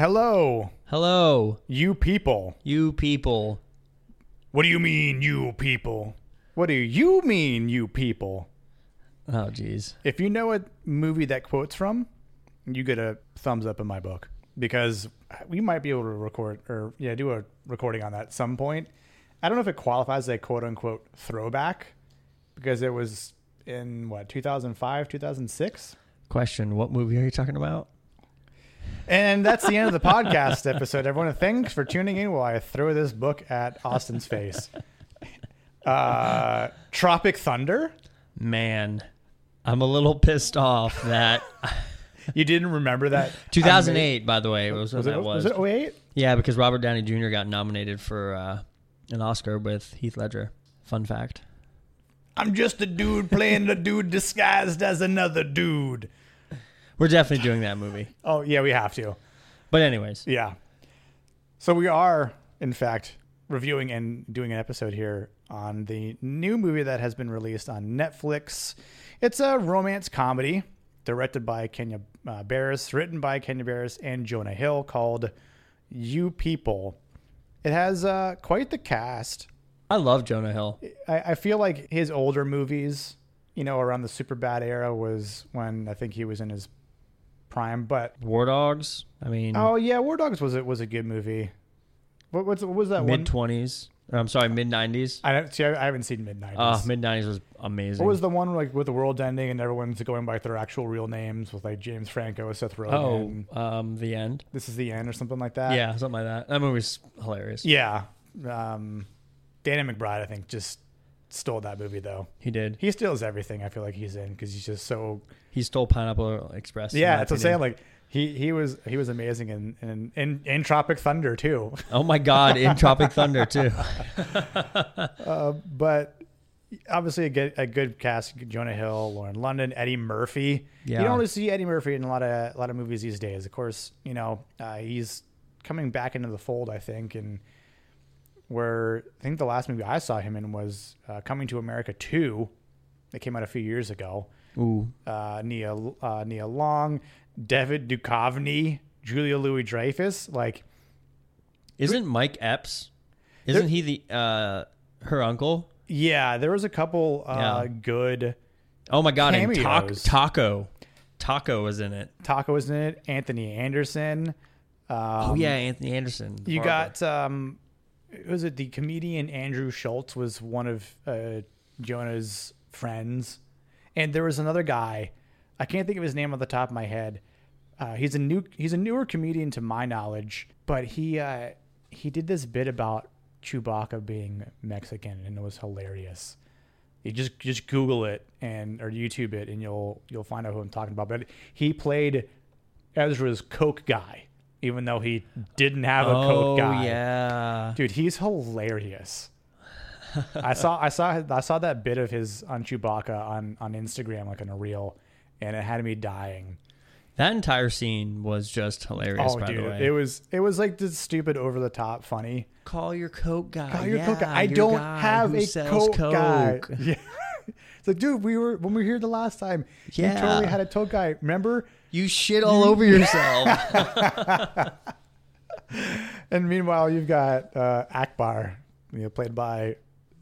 Hello, Hello, you people. you people. What do you mean, you people? What do you mean, you people? Oh, jeez. If you know a movie that quotes from, you get a thumbs up in my book because we might be able to record or yeah, do a recording on that at some point. I don't know if it qualifies as a quote unquote throwback because it was in what 2005, 2006. Question What movie are you talking about? And that's the end of the podcast episode. Everyone, thanks for tuning in while I throw this book at Austin's face. Uh, Tropic Thunder? Man, I'm a little pissed off that You didn't remember that? 2008, by the way, was, Was when it, that was. was it 08? Yeah, because Robert Downey Jr. got nominated for uh, an Oscar with Heath Ledger. Fun fact. I'm just a dude playing a dude disguised as another dude. We're definitely doing that movie. Oh, yeah, we have to. But, anyways, Yeah. So we are, in fact, reviewing and doing an episode here on the new movie that has been released on Netflix. It's a romance comedy directed by Kenya uh, Barris, written by Kenya Barris and Jonah Hill, called You People. It has uh, quite the cast. I love Jonah Hill. I, I feel like his older movies, you know, around the super bad era was when I think he was in his prime. But War Dogs, I mean, oh yeah, War Dogs was it was a good movie. What, what's what was that mid one? 20s. I'm sorry, mid 90s. I don't see. I, I haven't seen mid nineties. Uh, mid 90s was amazing. what was the one like with the world ending and everyone's going by their actual real names with like James Franco, Seth oh, Rogen, um, The End? this is the end or something like that. yeah, something like that. That movie's hilarious. yeah. Um, Dana McBride, I think, just stole that movie though. He did. He steals everything. I feel like he's in because he's just so He stole Pineapple Express. in Yeah, my that's what I'm saying. opinion. Like he he was he was amazing in in in, in Tropic Thunder too. Oh my God, in Tropic Thunder too. But obviously a good, a good cast: Jonah Hill, Lauren London, Eddie Murphy. Yeah. You don't really see Eddie Murphy in a lot of a lot of movies these days. Of course, you know uh, he's coming back into the fold, I think, and where I think the last movie I saw him in was uh, Coming to America Two, that came out a few years ago. Ooh, uh, Nia uh, Nia Long, David Duchovny, Julia Louis Dreyfus. Like, isn't Mike Epps? Isn't he the uh, her uncle? yeah, there was a couple uh, Yeah. good. Oh my God, and Ta- Cameos. Taco, Taco was in it. Taco was in it. Anthony Anderson. oh yeah, Anthony Anderson. Um, You Barbara. got um, was it the comedian Andrew Schultz was one of uh, Jonah's friends, and there was another guy, I can't think of his name on the top of my head. Uh, he's a new he's a newer comedian to my knowledge, but he uh, he did this bit about Chewbacca being Mexican, and it was hilarious. You just just Google it and or YouTube it, and you'll you'll find out who I'm talking about. But he played Ezra's Coke guy, even though he didn't have a Oh Coke guy. yeah, Dude, he's hilarious. I saw I saw I saw that bit of his on Chewbacca on on Instagram like on a reel, and it had me dying. that entire scene was just hilarious. oh, by the dude, way, it was it was like this stupid over the top funny. call your Coke guy. Call your Oh, yeah, Coke guy. I your don't guy have who a sells Coke, guy. Coke. Yeah. It's like, dude, we were when we were here the last time. you Yeah. totally had a Coke guy. Remember? You shit all over yourself. And meanwhile, you've got uh, Akbar, you know, played by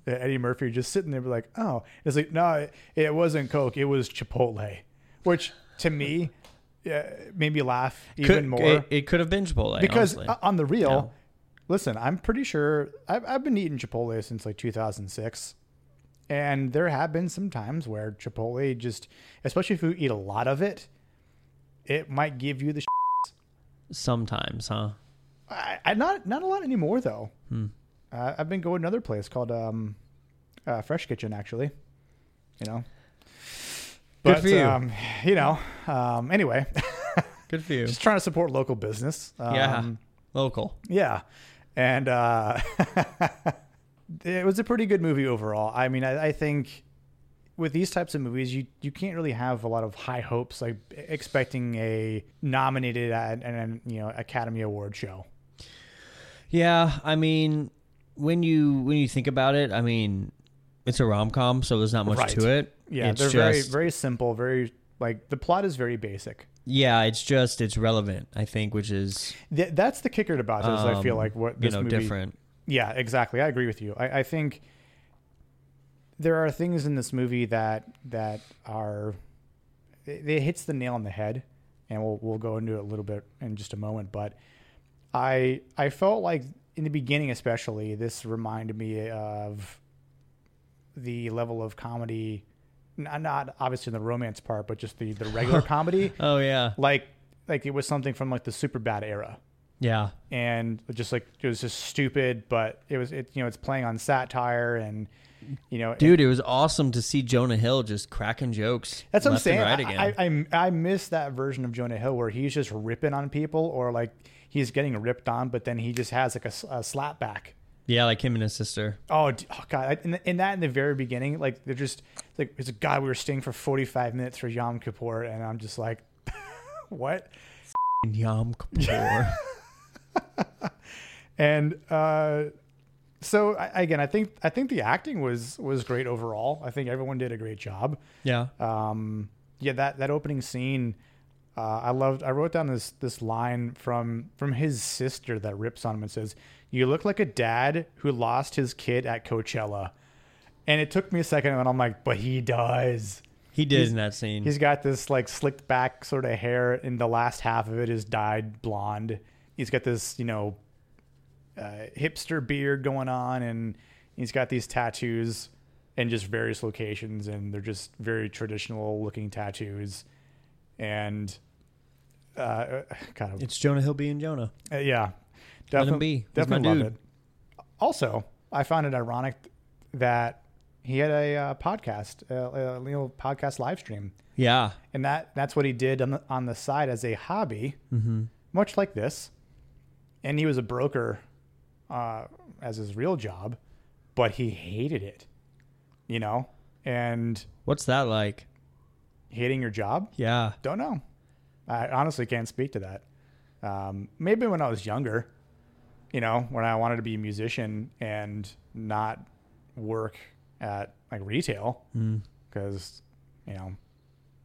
uh, Eddie Murphy, just sitting there, be like, "Oh," it's like, "No, it, it wasn't Coke. It was Chipotle," which to me uh, made me laugh even Could- more It, it could have been Chipotle. because honestly. uh, on the real, listen, I'm pretty sure I've, I've been eating Chipotle since like 2006, and there have been some times where Chipotle just, especially if you eat a lot of it, it might give you the. Sh- sometimes, huh? I, I not not a lot anymore though. Hmm. Uh, I've been going to another place called um, uh, Fresh Kitchen actually. You know. Good for you. Um, you know. Um, anyway, Good for you. just trying to support local business. Um, yeah, local. Yeah. And uh, it was a pretty good movie overall. I mean, I, I think with these types of movies, you, you can't really have a lot of high hopes, like e-, expecting a nominated at an you know Academy Award show. Yeah, I mean, when you when you think about it, I mean, it's a rom com, so there's not much Right. to it. Yeah, it's they're just very very simple, very Like the plot is very basic. Yeah, it's just it's relevant, I think, which is Th- that's the kicker about this. I feel um, like what you this know movie different. Yeah, exactly. I agree with you. I, I think there are things in this movie that that are it, it hits the nail on the head, and we'll we'll go into it a little bit in just a moment. But I I felt like in the beginning, especially, this reminded me of the level of comedy, not, not obviously the romance part, but just the the regular comedy, Oh yeah, like like it was something from like the super bad era yeah, and just like it was just stupid, but it was it you know it's playing on satire and you know dude, it was awesome to see Jonah Hill just cracking jokes. that's what I'm left and saying. Right again. I, I I miss that version of Jonah Hill where he's just ripping on people or like he's getting ripped on, but then he just has like a, s- a slap back. yeah, like him and his sister. Oh, d- oh god! I- And, and that in the very beginning, like they're just it's like it's a guy we were staying for 45 minutes for Yom Kippur, and I'm just like, what? Yom Kippur. And uh, so I, again, I think I think the acting was was great overall. I think everyone did a great job. yeah, um, yeah, that that opening scene, uh, I loved. I wrote down this this line from from his sister that rips on him and says, "You look like a dad who lost his kid at Coachella," and it took me a second, and I'm like, "But he does. he did in that scene. He's got this like slicked back sort of hair, and the last half of it is dyed blonde. He's got this you know uh, hipster beard going on, and he's got these tattoos in just various locations, and they're just very traditional looking tattoos. And uh, kind of, It's Jonah Hill being Jonah. uh, yeah, Let him Defin- be. He's my Definitely love dude. it. Also, I found it ironic that he had a uh, podcast, uh, uh, you know, podcast live stream, Yeah, and that that's what he did on the, on the side as a hobby, much like this. And he was a broker uh, as his real job, but he hated it, you know. And what's that like? hating your job, Yeah, don't know. I honestly can't speak to that. Um, maybe when I was younger, you know, when I wanted to be a musician and not work at like retail, because you know,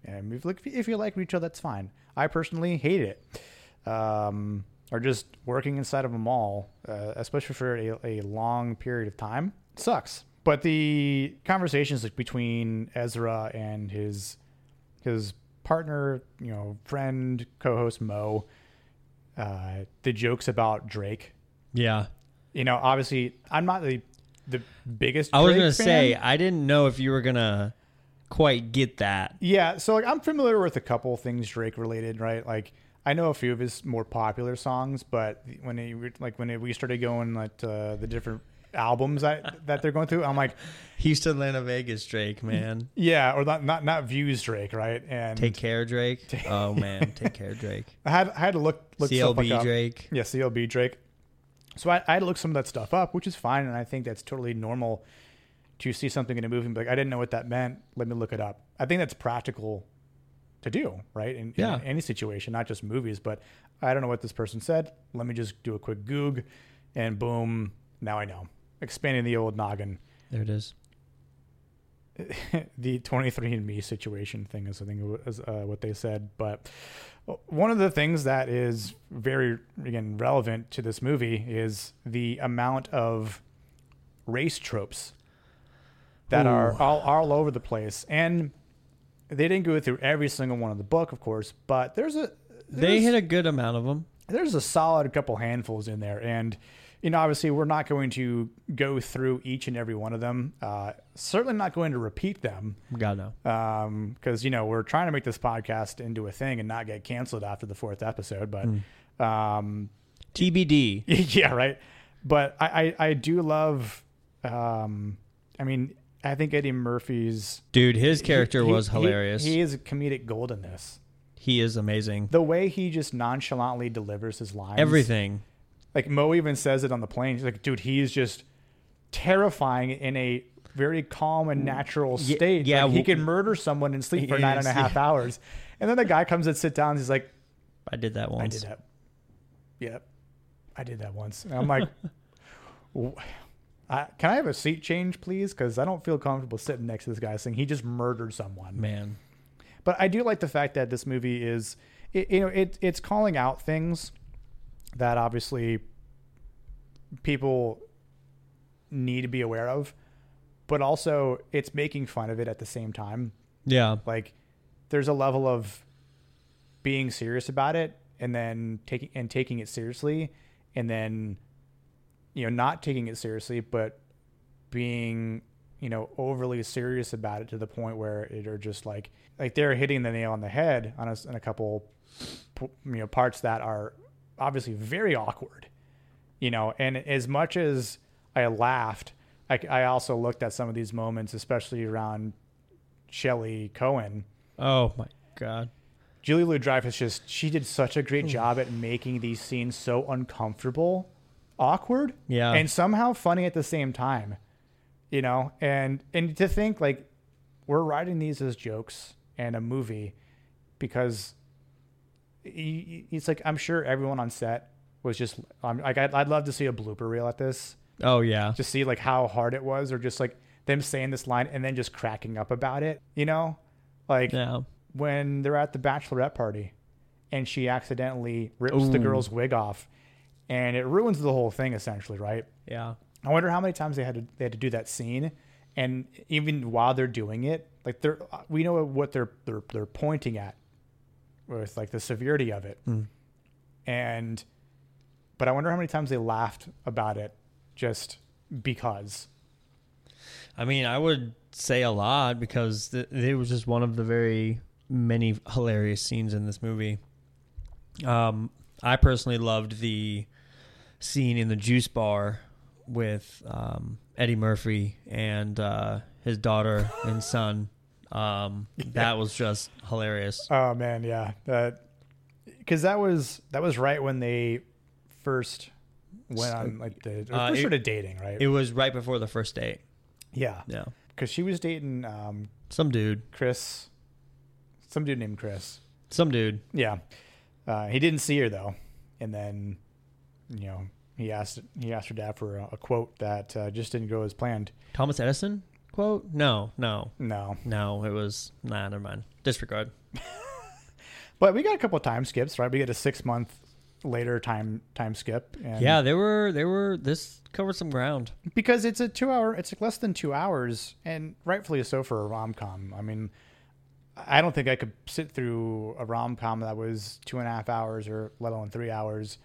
and if, like, if you like retail, that's fine. I personally hate it, um, or just working inside of a mall, uh, especially for a, a long period of time, sucks. But the conversations like, between Ezra and his his partner, you know, friend, co-host Mo, uh, the jokes about Drake. yeah. You know, obviously, I'm not the the biggest. I was Drake gonna fan. say I didn't know if you were gonna quite get that. yeah. So like, I'm familiar with a couple things Drake related, right? Like, I know a few of his more popular songs, but when he re- like when we started going like uh, the different albums that that they're going through, I'm like, Houston, Atlanta, Vegas, Drake, man. yeah, or not not not views Drake, right? And Take care, Drake. Oh man, take care, Drake. I had I had to look look stuff like CLB, up. Drake. Yeah, CLB Drake. So I, I had to look some of that stuff up, which is fine, and I think that's totally normal to see something in a movie and be like, I didn't know what that meant. Let me look it up. I think that's practical to do, right? In, Yeah. in any situation, not just movies, but I don't know what this person said. Let me just do a quick goog, and boom, now I know. Expanding the old noggin. There it is. the 23andMe situation thing is, I think, is, uh, what they said. But uh, one of the things that is very, again, relevant to this movie is the amount of race tropes that Ooh. are all, all over the place. And they didn't go through every single one of the book, of course, but there's a. They there's- hit a good amount of them. there's a solid couple handfuls in there and you know obviously we're not going to go through each and every one of them uh, certainly not going to repeat them God no. because Um, you know we're trying to make this podcast into a thing and not get canceled after the fourth episode but Hmm. um, TBD. yeah right but i i, I do love um, i mean i think eddie murphy's Dude, his character he- he- was hilarious. he, He, is comedic gold in this is amazing. the way he just nonchalantly delivers his lines Everything. like Mo even says it on the plane. He's like, dude, he's just terrifying in a very calm and natural Ye- state. yeah, Like, he w- can murder someone and sleep for Yes, nine and a half yeah. hours. And then the guy comes and sits down. And he's like, I did that I once. did that. Yep, I did that once. And I'm like, w- I, can I have a seat change, please? Because I don't feel comfortable sitting next to this guy saying he just murdered someone. Man. But I do like the fact that this movie is, it, you know, it it's calling out things that obviously people need to be aware of, but also it's making fun of it at the same time. Yeah. Like there's a level of being serious about it and then taking and taking it seriously and then you know not taking it seriously but being you know overly serious about it to the point where it are just like like they're hitting the nail on the head on a, on a couple you know parts that are obviously very awkward you know and as much as i laughed i, I also looked at some of these moments especially around shelly cohen Oh my god. Julie Lou Dreyfus just she did such a Mm. great job at making these scenes so uncomfortable, awkward, Yeah. and somehow funny at the same time. You know, and and to think like we're writing these as jokes and a movie because y- y- it's like I'm sure everyone on set was just I'm, like I'd, I'd love to see a blooper reel at this oh yeah. to see like how hard it was or just like them saying this line and then just cracking up about it. You know, like Yeah. when they're at the bachelorette party and she accidentally rips the Ooh. girl's wig off and it ruins the whole thing essentially, right? Yeah. I wonder how many times they had to, they had to do that scene and even while they're doing it, like they're we know what they're they're they're pointing at with like the severity of it. And but I wonder how many times they laughed about it just because. I mean, I would say a lot because th- it was just one of the very many hilarious scenes in this movie. Um, I personally loved the scene in the juice bar with um, Eddie Murphy and uh, his daughter and son. Um, That was just hilarious. Oh man, yeah, that because that was that was right when they first went on like the Uh, first it- started dating, right? It was right before the first date. yeah, Yeah. because she was dating um, Some dude. Chris, some dude named Chris. Some dude. Yeah, uh, he didn't see her though, and then you know he asked he asked her dad for a, a quote that uh, just didn't go as planned. Thomas Edison quote? No, no, No, no. It was, nah, never mind. Disregard. but we got a couple of time skips, right? We get a six month later time time skip. And Yeah, they were they were this covered some ground. because it's a two hour it's like less than two hours and rightfully so for a rom-com i mean i don't think i could sit through a rom-com that was two and a half hours or let alone three hours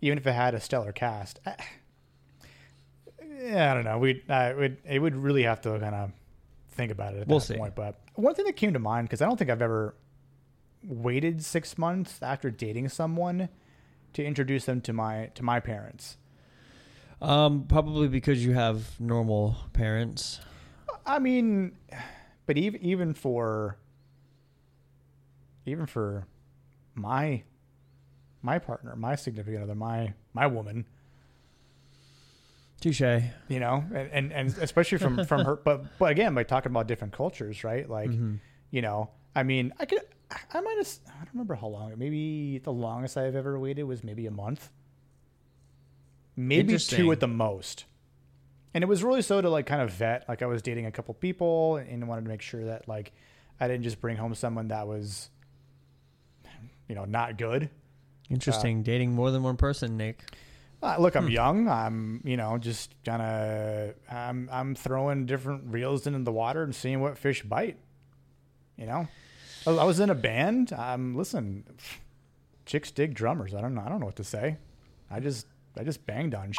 even if it had a stellar cast I, yeah, I don't know we uh, would it would really have to kind of think about it at We'll that see. point but one thing that came to mind because i don't think i've ever waited six months after dating someone to introduce them to my to my parents Um, probably because you have normal parents. I mean, but even even for even for my my partner, my significant other, my my woman, Touche. you know, and and, and especially from from her. But but again, like talking about different cultures, right? Like, you know, I mean, I could. I- I might have, I don't remember how long, maybe the longest I've ever waited was maybe a month. Maybe two Interesting. at the most. And it was really so to like kind of vet, like I was dating a couple people and wanted to make sure that like I didn't just bring home someone that was, you know, not good. Interesting. Dating more than one person, Nick. Uh, look, Hmm. I'm young. I'm, you know, just kind of, I'm, I'm throwing different reels into the water and seeing what fish bite. You know, I, I was in a band. Um, listen, chicks dig drummers. I don't know. I don't know what to say. I just, I just banged on.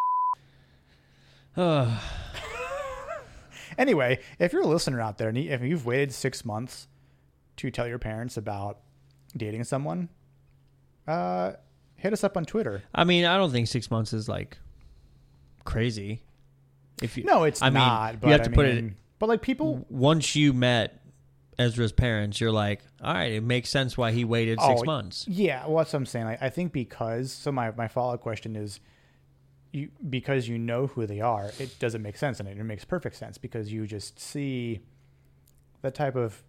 Ugh. Anyway, if you're a listener out there and you- if you've waited six months to tell your parents about dating someone, uh, hit us up on Twitter. I mean, I don't think six months is like crazy. If you No, it's I mean, not. but you have to I put it mean- But like people, once you met Ezra's parents, you're like, all right, it makes sense why he waited six Oh, months. Yeah, well, that's what I'm saying. Like, I think because so my my follow up question is, you because you know who they are, it doesn't make sense, and it, it makes perfect sense because you just see the type of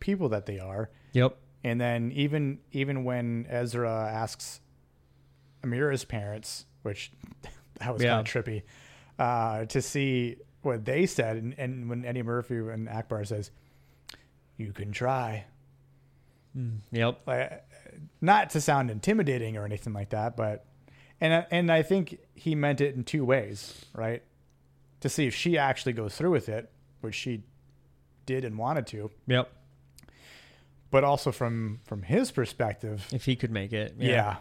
people that they are, Yep. and then even even when Ezra asks Amira's parents, which that was Yeah. kind of trippy, uh, to see what they said, and, and when Eddie Murphy and Akbar says, "You can try." Yep. Like, uh, not to sound intimidating or anything like that, but and I- and I think he meant it in two ways, right? To see if she actually goes through with it, which she did and wanted to, Yep. but also from from his perspective, If he could make it. yeah,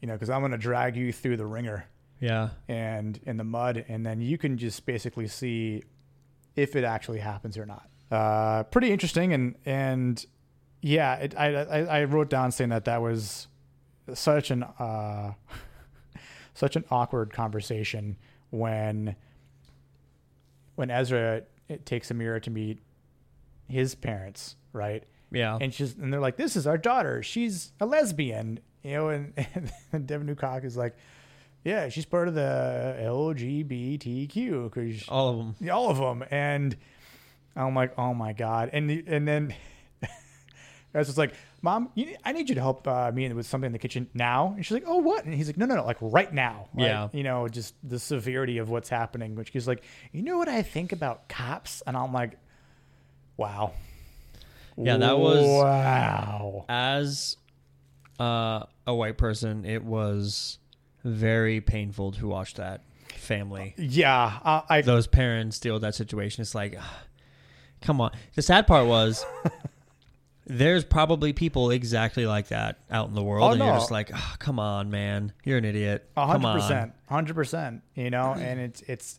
you know, because I'm gonna drag you through the ringer Yeah. and in the mud, and then you can just basically see if it actually happens or not. Uh, pretty interesting, and and yeah, it, I, I I wrote down saying that that was such an uh, such an awkward conversation when when Ezra it takes Amira to meet his parents, right? Yeah. and she's and they're like, "This is our daughter. She's a lesbian," you know. And, and Devin Newcock is like, "Yeah, she's part of the LGBTQ because All of them. all of them." And I'm like, "Oh my god!" And the- and then I was just like, "Mom, you, need- I need you to help uh, me with something in the kitchen now." And she's like, "Oh, what?" And he's like, "No, no, no, like right now." Like, Yeah. you know, just the severity of what's happening. Which he's like, "You know what I think about cops?" And I'm like, "Wow." Yeah, that was- wow. As uh, a white person, it was very painful to watch that family. Yeah, I, I those parents deal with that situation. It's like, ah, come on. The sad part was there's probably people exactly like that out in the world, Oh, and you're no. just like, ah, come on, man, you're an idiot. a Come hundred on. percent, hundred percent. You know, and it's it's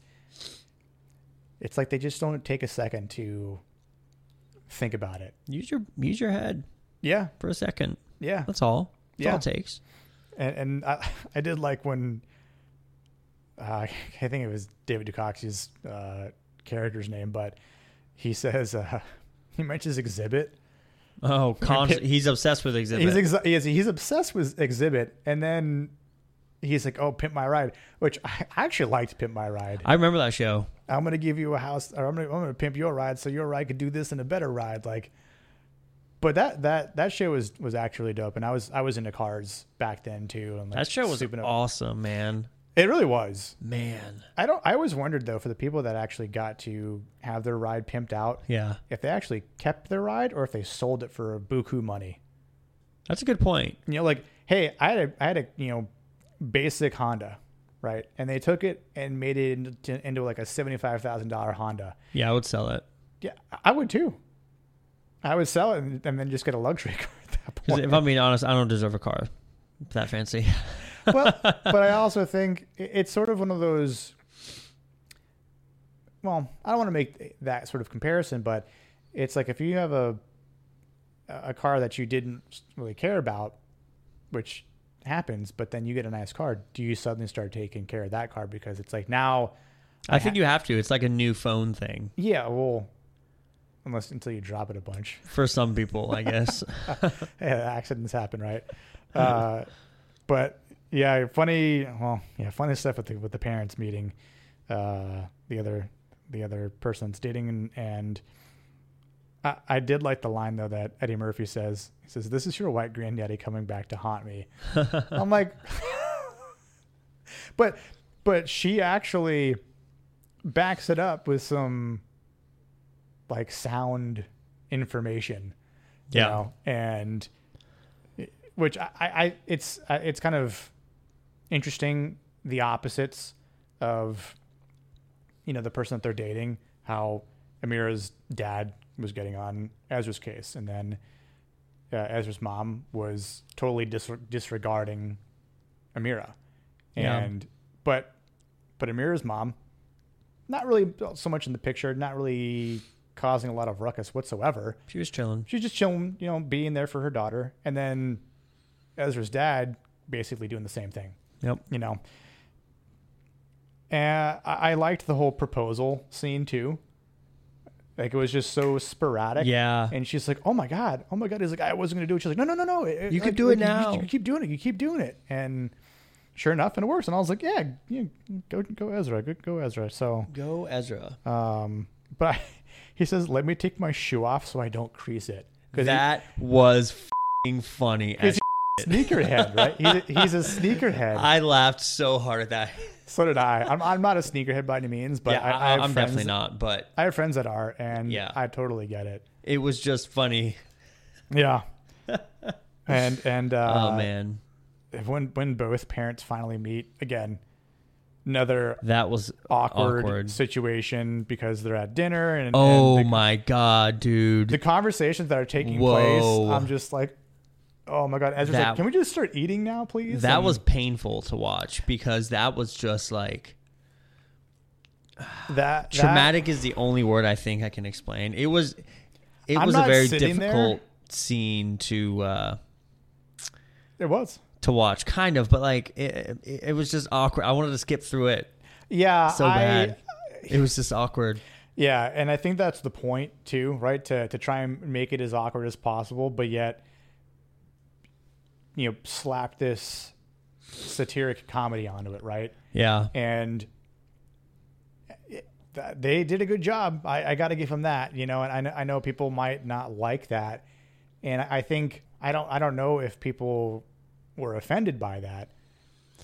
it's like they just don't take a second to think about it. Use your use your head Yeah, for a second. yeah. That's all. That's all Yeah. it takes. And, and I I did like when uh, I think it was David Duchovny's uh, character's name, but he says uh, he mentions Exhibit. Oh, cons- Okay. he's obsessed with exhibit. He's ex- he's, he's obsessed with Exhibit, and then he's like, "Oh, Pimp My Ride," which I I actually liked Pimp My Ride. I remember that show. I'm gonna give you a house, or I'm gonna, I'm gonna pimp your ride so your ride could do this and a better ride. Like, but that that that show was was actually dope, and I was I was into cars back then too. And like That show was souping up- awesome, man. It really was. Man. I don't. I always wondered though, for the people that actually got to have their ride pimped out, Yeah. if they actually kept their ride or if they sold it for buku money. That's a good point. you know, like, hey, I had a, I had a, you know, basic Honda, right? And they took it and made it into, into like a seventy-five thousand dollar Honda. Yeah, I would sell it. Yeah, I would too. I would sell it and, and then just get a luxury car at that 'Cause point. if I'm being honest, I don't deserve a car that fancy. well, but I also think i- it's sort of one of those. Well, I don't want to make that sort of comparison, but it's like if you have a a car that you didn't really care about, which happens, but then you get a nice car. Do you suddenly start taking care of that car because it's like now, I think you have to. It's like a new phone thing. yeah, well, unless until you drop it a bunch. for some people, I guess. yeah, accidents happen, right? Uh, but yeah, funny. Well, yeah, funny stuff with the with the parents meeting uh, the other the other person that's dating, and, and I, I did like the line though that Eddie Murphy says. He says, "This is your white granddaddy coming back to haunt me." I'm like, but but she actually backs it up with some like sound information you Yeah. know, and which I, I I- it's I- it's kind of interesting the opposites of you know the person that they're dating how Amira's dad was getting on Ezra's case and then uh, Ezra's mom was totally dis- disregarding Amira Yeah. and but but Amira's mom not really so much in the picture not really causing a lot of ruckus whatsoever she was chilling. she's just chilling, you know, being there for her daughter. And then Ezra's dad basically doing the same thing, Yep. you know. And I, I liked the whole proposal scene too. Like it was just so sporadic. Yeah. And she's like, "Oh my god, oh my god!" He's like, "I wasn't gonna do it." She's like, "No, no, no, no! You like, could do like, it you- now." You, keep doing it. You keep doing it." And sure enough, and it works. And I was like, "Yeah, you go, go, Ezra, go, go, Ezra." So, Go Ezra. um, but I, he says, "Let me take my shoe off so I don't crease it." 'Cause he- That was fing funny. As He's sneakerhead, right? He's a, he's a shit. sneakerhead. I laughed so hard at that. so did I. I'm, I'm not a sneakerhead by any means, but yeah, I, I I, have am friends, definitely not, but I have friends that are, and Yeah. I totally get it. it was just funny. Yeah. and and uh, oh man, when when both parents finally meet again, another that was awkward, awkward. situation because they're at dinner and, and Oh the, my god, dude. the conversations that are taking Whoa. place. I'm just like, oh my god, Ezra's That- like, can we just start eating now, please? that And- was painful to watch because that was just like that that- traumatic is the only word I think I can explain. It was it I'm was a not very sitting there. difficult scene to uh it was. to watch kind of, but like it, it, it was just awkward. I wanted to skip through it Yeah, so I- bad. It was just awkward. Yeah, and I think that's the point too, right? To to try and make it as awkward as possible, but yet you know, slap this satiric comedy onto it, right? Yeah. And it- that- they did a good job. I, I got to give them that, you know. And I, kn- I know people might not like that, and I I think I don't I don't know if people were offended by that.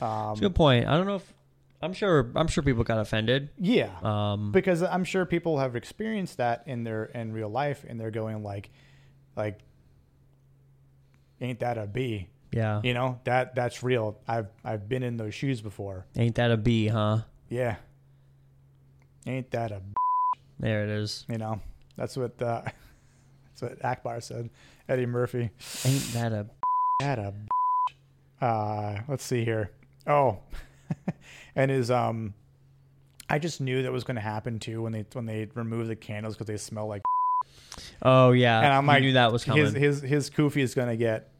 Um, It's a good point. I don't know if I'm sure I'm sure people got offended. Yeah, Um because I'm sure people have experienced that in their in real life, and they're going like, like, ain't that a B? yeah. You know that that's real. I've I've been in those shoes before. Ain't that a B, huh? Yeah, ain't that a? B-? There it is. You know that's what uh, that's what Akbar said. Eddie Murphy. Ain't that a That a. B-. Uh, let's see here. Oh, and his um, I just knew that was going to happen too when they when they remove the candles because they smell like. Oh yeah, and I'm You like, knew that was coming. His his his koofy is gonna get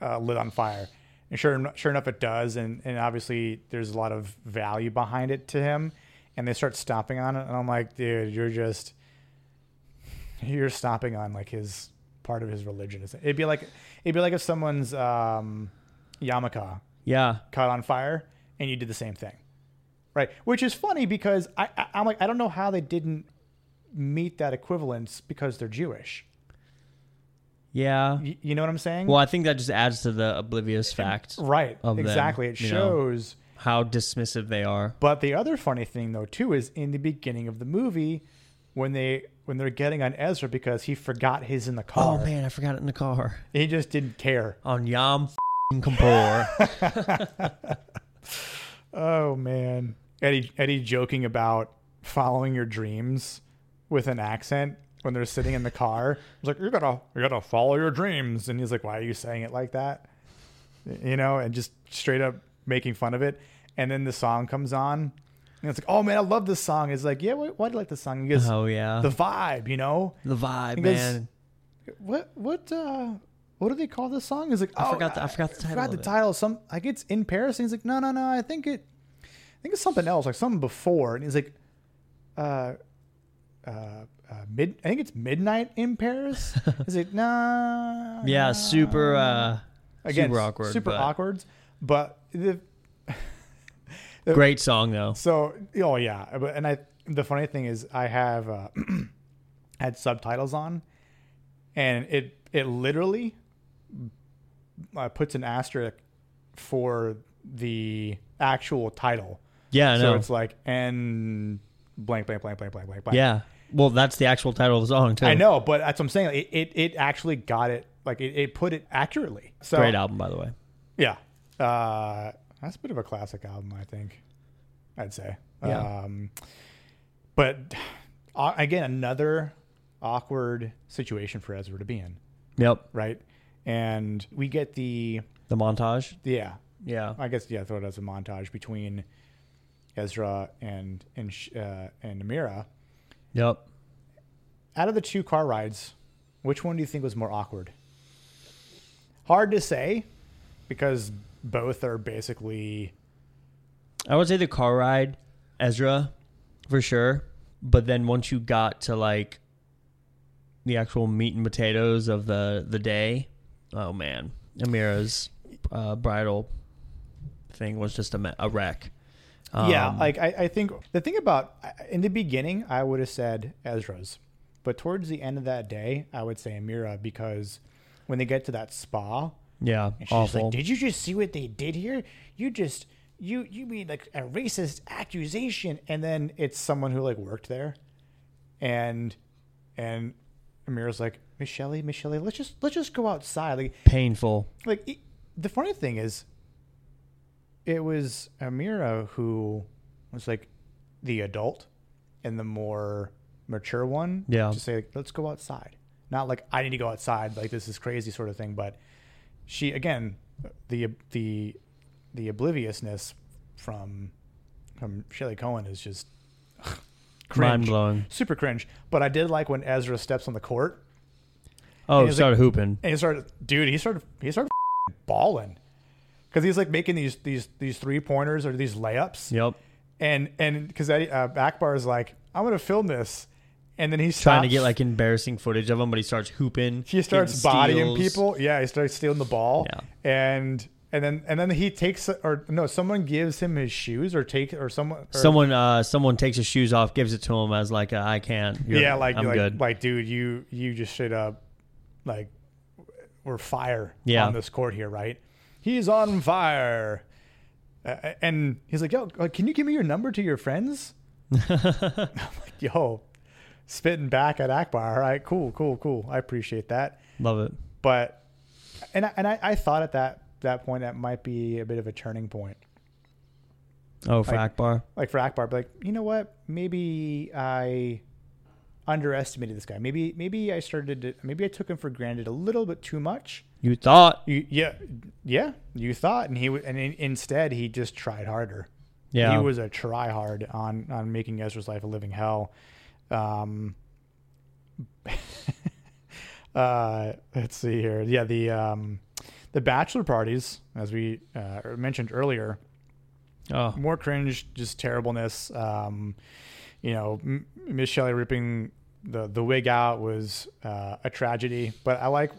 uh, lit on fire, and sure en- sure enough, it does. And and obviously, there's a lot of value behind it to him, and they start stomping on it, and I'm like, dude, you're just you're stomping on like his part of his religion. It's- It'd be like it'd be like if someone's um, yarmulke yeah, caught on fire and you did the same thing right which is funny because I, I i'm like i don't know how they didn't meet that equivalence because they're jewish yeah. Y- you know what i'm saying Well, I think that just adds to the oblivious fact right of them, exactly it you know. shows how dismissive they are. but the other funny thing though too is in the beginning of the movie when they when they're getting on ezra because he forgot his in the Oh car man, I forgot it in the car he just didn't care on Yom f***ing Kippur. oh man eddie eddie joking about following your dreams with an accent when they're sitting in the car he's like you gotta you gotta follow your dreams and he's like why are you saying it like that you know and just straight up making fun of it and then the song comes on and it's like oh man i love this song it's like yeah why, why do you like this song he goes oh yeah, the the, vibe you know vibe, He goes, man. what what uh what do they call this song? It's like I oh, forgot the- I forgot the title forgot of the it. title. Some like it's in Paris. And he's like, no, no, no. I think it, I think it's something else, like something before. And he's like, uh, uh, uh mid. I think it's midnight in Paris. he's like, nah. Yeah, super. uh Again, super awkward. Super but awkward. But the Great song though. so oh yeah, but and I the funny thing is I have uh, had subtitles on, and it it literally uh, puts an asterisk for the actual title. Yeah, I So know. it's like and blank blank blank blank blank blank blank. yeah. Well, that's the actual title of the song too. I know, but that's what I'm saying. It it, it actually got it like it, it put it accurately. So Great album, by the way. yeah. Uh, that's a bit of a classic album, I think. I'd say. Yeah. Um, but uh, again, another awkward situation for Ezra to be in, Yep. right? And we get the The montage. yeah, Yeah. I guess yeah, throw it as a montage between Ezra and and Sh- uh, and Amira. Yep. Out of the two car rides, which one do you think was more awkward? Hard to say, because both are basically I would say the car ride, Ezra, for sure. But then once you got to like the actual meat and potatoes of the the day, oh man, Amira's uh, bridal thing was just a, me- a wreck. yeah, Um, like I, I think the thing about in the beginning, I would have said Ezra's, but towards the end of that day, I would say Amira because when they get to that spa, yeah, and she's awful. like, "Did you just see what they did here? You just you you mean like a racist accusation?" And then it's someone who like worked there, and and Amira's like, Michelle, Michelle, let's just let's just go outside. Like Painful. like it, the funny thing is it was amira who was like the adult and the more mature one Yeah. to say like, let's go outside not like i need to go outside like this is crazy sort of thing but she again the the the obliviousness from from shelly cohen is just Mind cringe blowing. super cringe but i did like when ezra steps on the court Oh, he's started hooping. and he started, dude. He started, he started balling because he's like making these these these three pointers or these layups, Yep. and and because uh, Akbar is like, I'm gonna film this, and then he's Trying to get like embarrassing footage of him, but he starts hooping. he starts getting bodying steals. people. Yeah, he starts stealing the ball, Yeah. and and then and then he takes or no, someone gives him his shoes or take or someone or, Someone, uh, someone takes his shoes off, gives it to him as like, a, I can't. You're- yeah, like I'm like, good. like dude, you you just straight up like we're fire Yeah. on this court here, right? He's on fire. Uh, and he's like, "Yo, uh, can you give me your number to your friends?" I'm like, "Yo, spitting back at Akbar. All right, cool, cool, cool. I appreciate that." Love it. But and I, and I, I thought at that that point that might be a bit of a turning point Oh, for Akbar. like for Akbar, be like, you know what? Maybe I underestimated this guy. Maybe maybe I started to maybe I took him for granted a little bit too much. You thought. You, yeah, yeah, you thought, and he w- and in, instead he just tried harder. Yeah. he was a try hard on on making Ezra's life a living hell. Um, uh, let's see here. Yeah, the um, the bachelor parties, as we uh, mentioned earlier, oh, more cringe, just terribleness. Um, you know, M- Miss Shelley ripping the the wig out was uh, a tragedy. But I like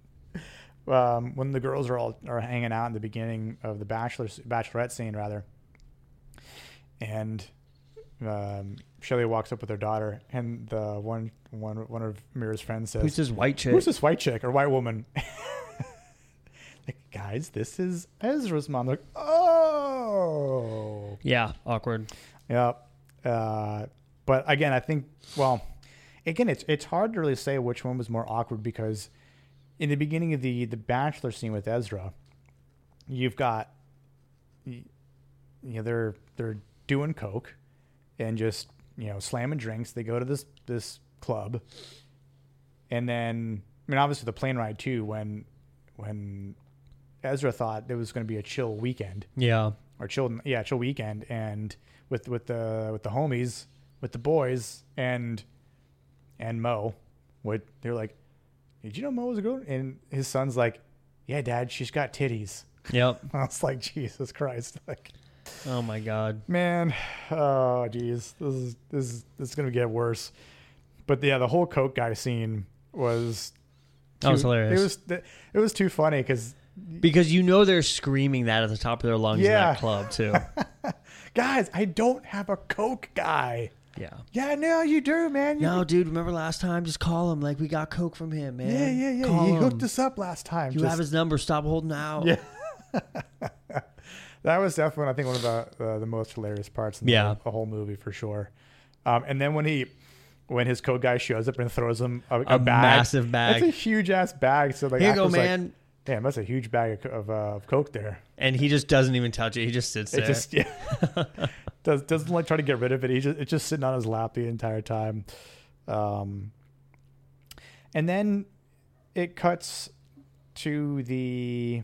um, when the girls are all are hanging out in the beginning of the bachelor bachelorette scene, rather. And um, Shelley walks up with her daughter, and the one one one of Mira's friends says, who's this white chick? Who's this white chick or white woman? like, guys, this is Ezra's mom. Like, oh, Yeah, awkward. yeah. Uh, but again, I think, well, again, it's it's hard to really say which one was more awkward because in the beginning of the the bachelor scene with Ezra, you've got, y- you know, they're they're doing coke, and just you know slamming drinks. They go to this this club, and then I mean obviously the plane ride too. When when Ezra thought it was going to be a chill weekend Yeah. or chill yeah chill weekend and with with the with the homies with the boys and and Mo what they're like did you know Mo was a girl and his son's like yeah dad she's got titties Yep. I was like Jesus Christ like Oh my God. man oh geez this is this is this is gonna get worse but yeah the whole coke guy scene was That was too- hilarious. it was it was too funny because because you know they're screaming that at the top of their lungs in Yeah. that club too. guys I don't have a coke guy yeah. yeah no you do man you No, dude. Remember last time? Just call him. Like we got coke from him, man. Yeah, yeah, yeah. Call he him. hooked us up last time. You Just- have his number. Stop holding out. Yeah. that was definitely, I think, one of the uh, the most hilarious parts in the, Yeah. whole, the whole movie for sure. Um, and then when he, when his code guy shows up and throws him a, A bag, massive bag. That's a huge ass bag. So like, Here you I go, was like, man. Damn, that's a huge bag of, of, uh, of coke there. and he just doesn't even touch it. He just sits It there. just yeah, does doesn't like try to get rid of it. He just it's just sitting on his lap the entire time. Um, and then it cuts to the,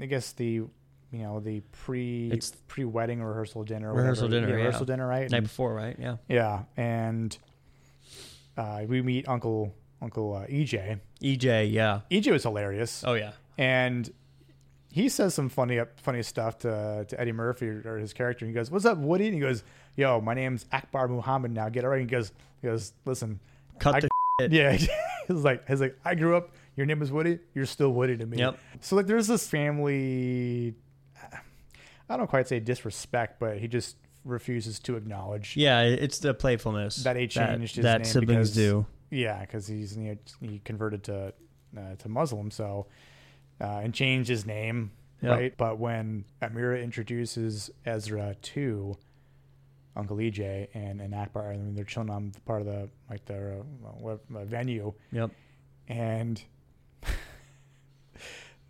I guess the, you know the pre It's- pre wedding rehersal dinner or Rehearsal whatever. dinner, yeah. rehearsal dinner right Night before, right? Yeah. yeah and uh, we meet Uncle Uncle uh, EJ EJ. E Yeah. EJ was hilarious Oh yeah. and he says some funny funny stuff to, to Eddie Murphy or, his character. And he goes, "What's up, Woody?" And he goes, "Yo, my name's Akbar Muhammad. Now get it right." And he goes, "He goes, listen, Cut I- the. yeah." he's like, "He's like, I grew up. Your name is Woody. You're still Woody to me." Yep. So like, there's this family. I don't quite say disrespect, but he just refuses to acknowledge. Yeah, it's the playfulness That he changed his that name siblings because- do. Yeah, because he's you know, he converted to uh, to Muslim, so uh, and changed his name, Yeah. right? But when Amira introduces Ezra to Uncle EJ and, and Akbar. I mean, they're chilling on part of the like their uh, what, uh, venue, Yep. and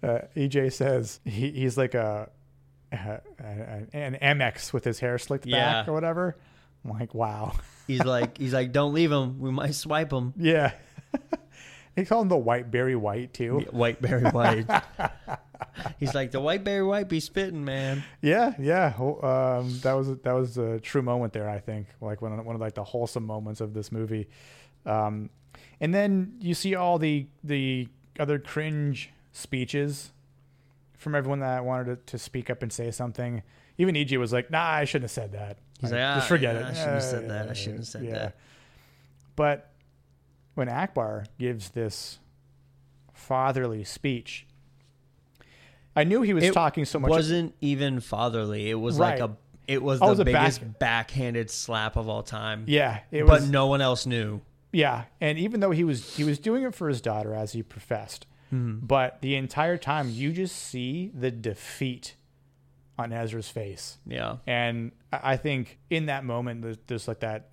uh, EJ says he, he's like a, a, a- an MX with his hair slicked back Yeah. or whatever. I'm like, wow, He's like, he's like, don't leave him. We might swipe him. yeah. he called him the White Barry White too. White Barry White. he's like, the White Barry White be spitting, man. Yeah, yeah. Ho- Um, that was that was a true moment there. I think like one of, one of like the wholesome moments of this movie. Um, and then you see all the the other cringe speeches from everyone that wanted to, to speak up and say something. Even EG was like, "Nah, I shouldn't have said that." He's Like, like, "Just "Ah, forget yeah, it. Uh, I shouldn't have said that. I shouldn't have said that." But when Akbar gives this fatherly speech, I knew he was It talking so much. wasn't even fatherly. It was like Right. a. It was Oh, the it was a biggest back- backhanded slap of all time. yeah, it but was. no one else knew. Yeah, and even though he was he was doing it for his daughter as he professed, Hmm. but the entire time you just see the defeat on Ezra's face, Yeah. and I I think in that moment there's, there's like that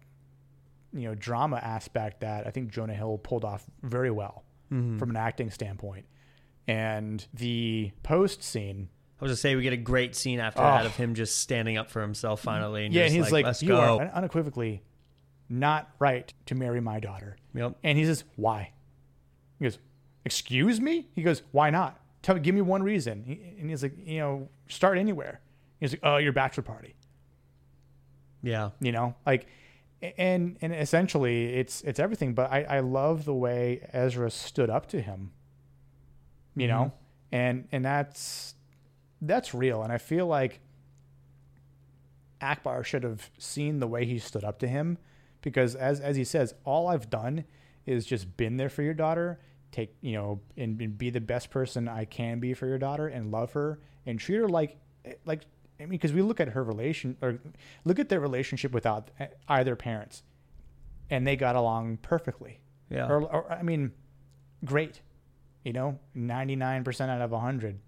you know drama aspect that I think Jonah Hill pulled off very well Mm-hmm. from an acting standpoint, and the post scene. I was gonna say we get a great scene after Oh. that of him just standing up for himself finally. And Yeah, yeah, and he's like, "Let's "You go." are unequivocally not right to marry my daughter." Yep. And he says, "Why?" He goes, "Excuse me." He goes, "Why not? Tell me, give me one reason." He- And he's like, "You know, start anywhere." He's like, "Oh, your bachelor party." Yeah. You know, like, and and essentially, it's it's everything. But I I love the way Ezra stood up to him. You know, and and that's that's real. And I feel like Akbar should have seen the way he stood up to him because as as he says, all I've done is just been there for your daughter, take you know, and, and be the best person I can be for your daughter and love her and treat her like like I mean because we look at her relation or look at their relationship without either parents and they got along perfectly. Yeah. Or, or I mean, great. You know, ninety nine percent out of hundred.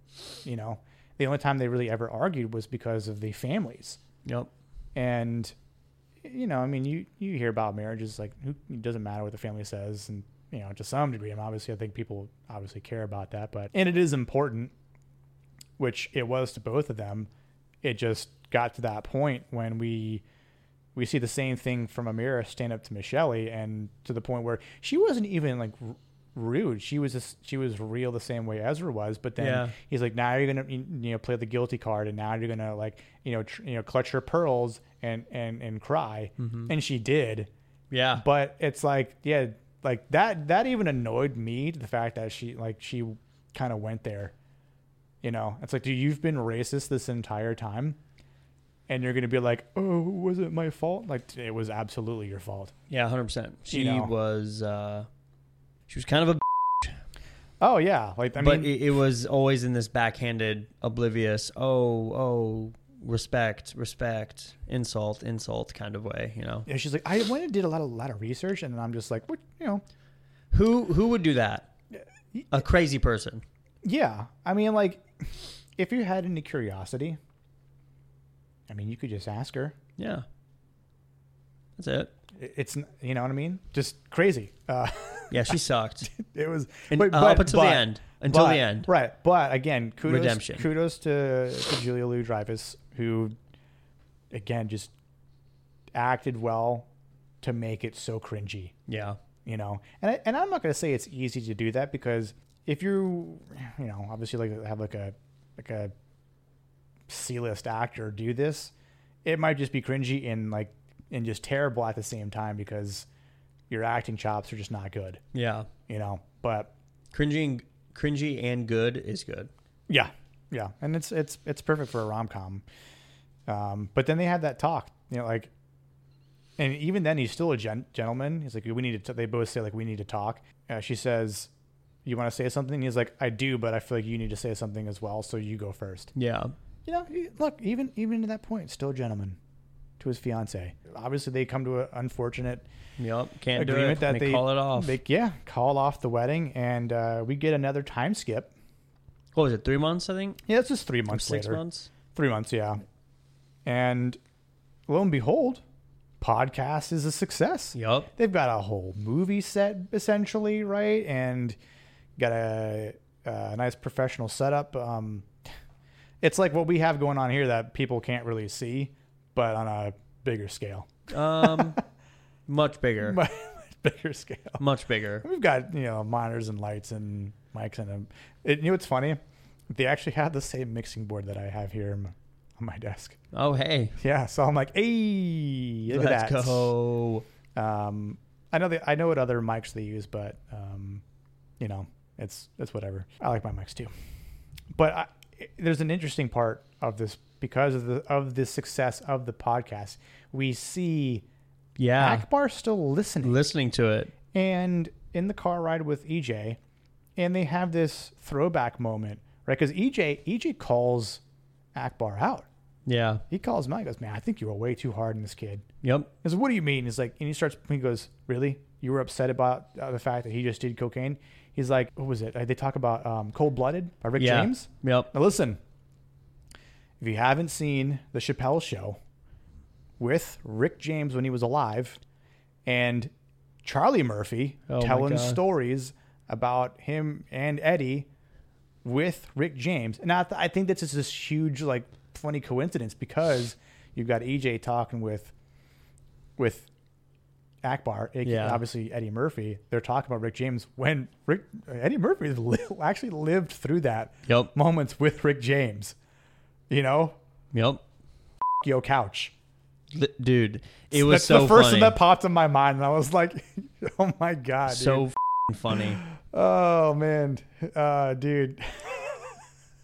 You know, the only time they really ever argued was because of the families. Yep. And you know, I mean, you you hear about marriages like who it doesn't matter what the family says, and you know, to some degree, and obviously, I think people obviously care about that, but and it is important, which it was to both of them. It just got to that point when we we see the same thing from Amira stand up to Michelle, and to the point where she wasn't even like r- rude. She was just she was real the same way Ezra was. But then Yeah. he's like, now you're gonna you know play the guilty card, and now you're gonna like you know tr- you know clutch your pearls and and and cry, and she did. Yeah. But it's like yeah, like that that even annoyed me to the fact that she like she kind of went there. You know, it's like, dude, you've been racist this entire time. And you're gonna be like, oh, was it my fault? Like it was absolutely your fault. Yeah. Hundred percent. She know. was. uh She was kind of a. b- Oh yeah, like I but mean, it, it was always in this backhanded, oblivious. Oh, oh, respect, respect, insult, insult kind of way. You know. and she's like, I went and did a lot of lot of research, and I'm just like, what, you know, Who who would do that? A crazy person. yeah. I mean, like, if you had any curiosity, I mean, you could just ask her. Yeah. That's it. It- It's n- you know what I mean, just crazy. Uh, Yeah, she sucked. it was And, but- uh, but- up until but- the end. Until but- the end. right? But again, kudos, Redemption. kudos to, to Julia Louis Dreyfus, who again just acted well to make it so cringy. Yeah. you know and, I, and i'm not going to say it's easy to do that because if you you know obviously like have like a like a c-list actor do this it might just be cringy and like and just terrible at the same time because your acting chops are just not good Yeah. you know but Cringy and, cringy and good is good. yeah yeah and it's it's it's perfect for a rom-com um but then they had that talk you know like and even then he's still a gen- gentleman he's like we need to t-. they both say like we need to talk uh, she says you want to say something he's like i do but i feel like you need to say something as well so you go first Yeah. you know he- look even even to that point still a gentleman to his fiance obviously they come to an unfortunate Yep. Can't do agreement it. that they, they call it off. they, yeah call off the wedding and uh, we get another time skip what was it? Three months, I think? yeah it's just three months Six later months? Three months, yeah. And lo and behold, podcast is a success. Yup. They've got a whole movie set essentially, right? And got a, a nice professional setup. Um, it's like what we have going on here that people can't really see, but on a bigger scale. Um, much bigger. But bigger scale. Much bigger. We've got you know monitors and lights and mics and um, it, you know what's funny? They actually have the same mixing board that I have here on my- on my desk. Oh hey, Yeah, so I'm like, hey, look let's at that. go. Um, I know they, I know what other mics they use, but um, you know, it's it's whatever. I like my mics too, but I, there's an interesting part of this because of the of the success of the podcast. We see Yeah, Akbar still listening, listening to it. and in the car ride with EJ, and they have this throwback moment, right? E Because EJ EJ calls Akbar out. Yeah. He calls him out. He goes, "Man, I think you were way too hard on this kid." Yep. He says, "What do you mean?" He's like, and he starts. He goes, "Really? You were upset about uh, the fact that he just did cocaine?" He's like, "What was it? Uh, They talk about um, Cold Blooded by Rick Yeah. James." Yep. Now listen, if you haven't seen the Chappelle Show with Rick James when he was alive, and Charlie Murphy Oh my telling God. stories about him and Eddie with Rick James, and I, th- I think that's just this huge like funny coincidence because you've got EJ talking with with Akbar, aka Yeah. obviously Eddie Murphy. They're talking about Rick James when Rick Eddie Murphy li- actually lived through that Yep. moments with Rick James. You know, Yep. F- yo couch. Li- Dude, it was That's so the first funny. thing that popped in my mind, and I was like, "Oh my god!" dude. so f***ing funny. Oh man, uh, dude,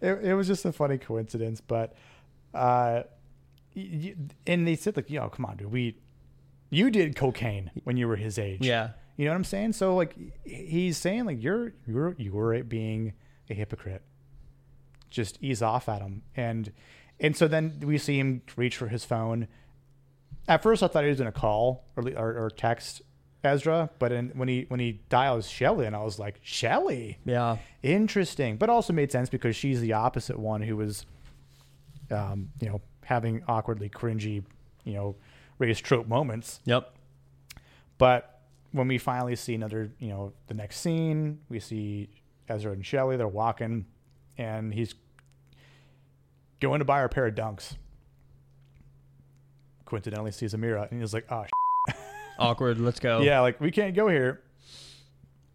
it, it was just a funny coincidence, but uh, y- y- and they said like, "Yo, come on, dude, we, you did cocaine when you were his age." Yeah. you know what I'm saying. So like, he- he's saying like, "You're you're you're being a hypocrite." Just ease off at him, and and so then we see him reach for his phone. At first, I thought he was going to call or, le- or or text Ezra, but in, when he when he dials Shelly, and I was like, Shelly, Yeah. interesting, but also made sense because she's the opposite one who was, um, you know, having awkwardly cringy, you know, race trope moments. Yep. But when we finally see another, you know, the next scene, we see Ezra and Shelly, they're walking, and he's going to buy her a pair of dunks. Coincidentally sees Amira and he's like, oh, Awkward. Let's go. yeah, like we can't go here.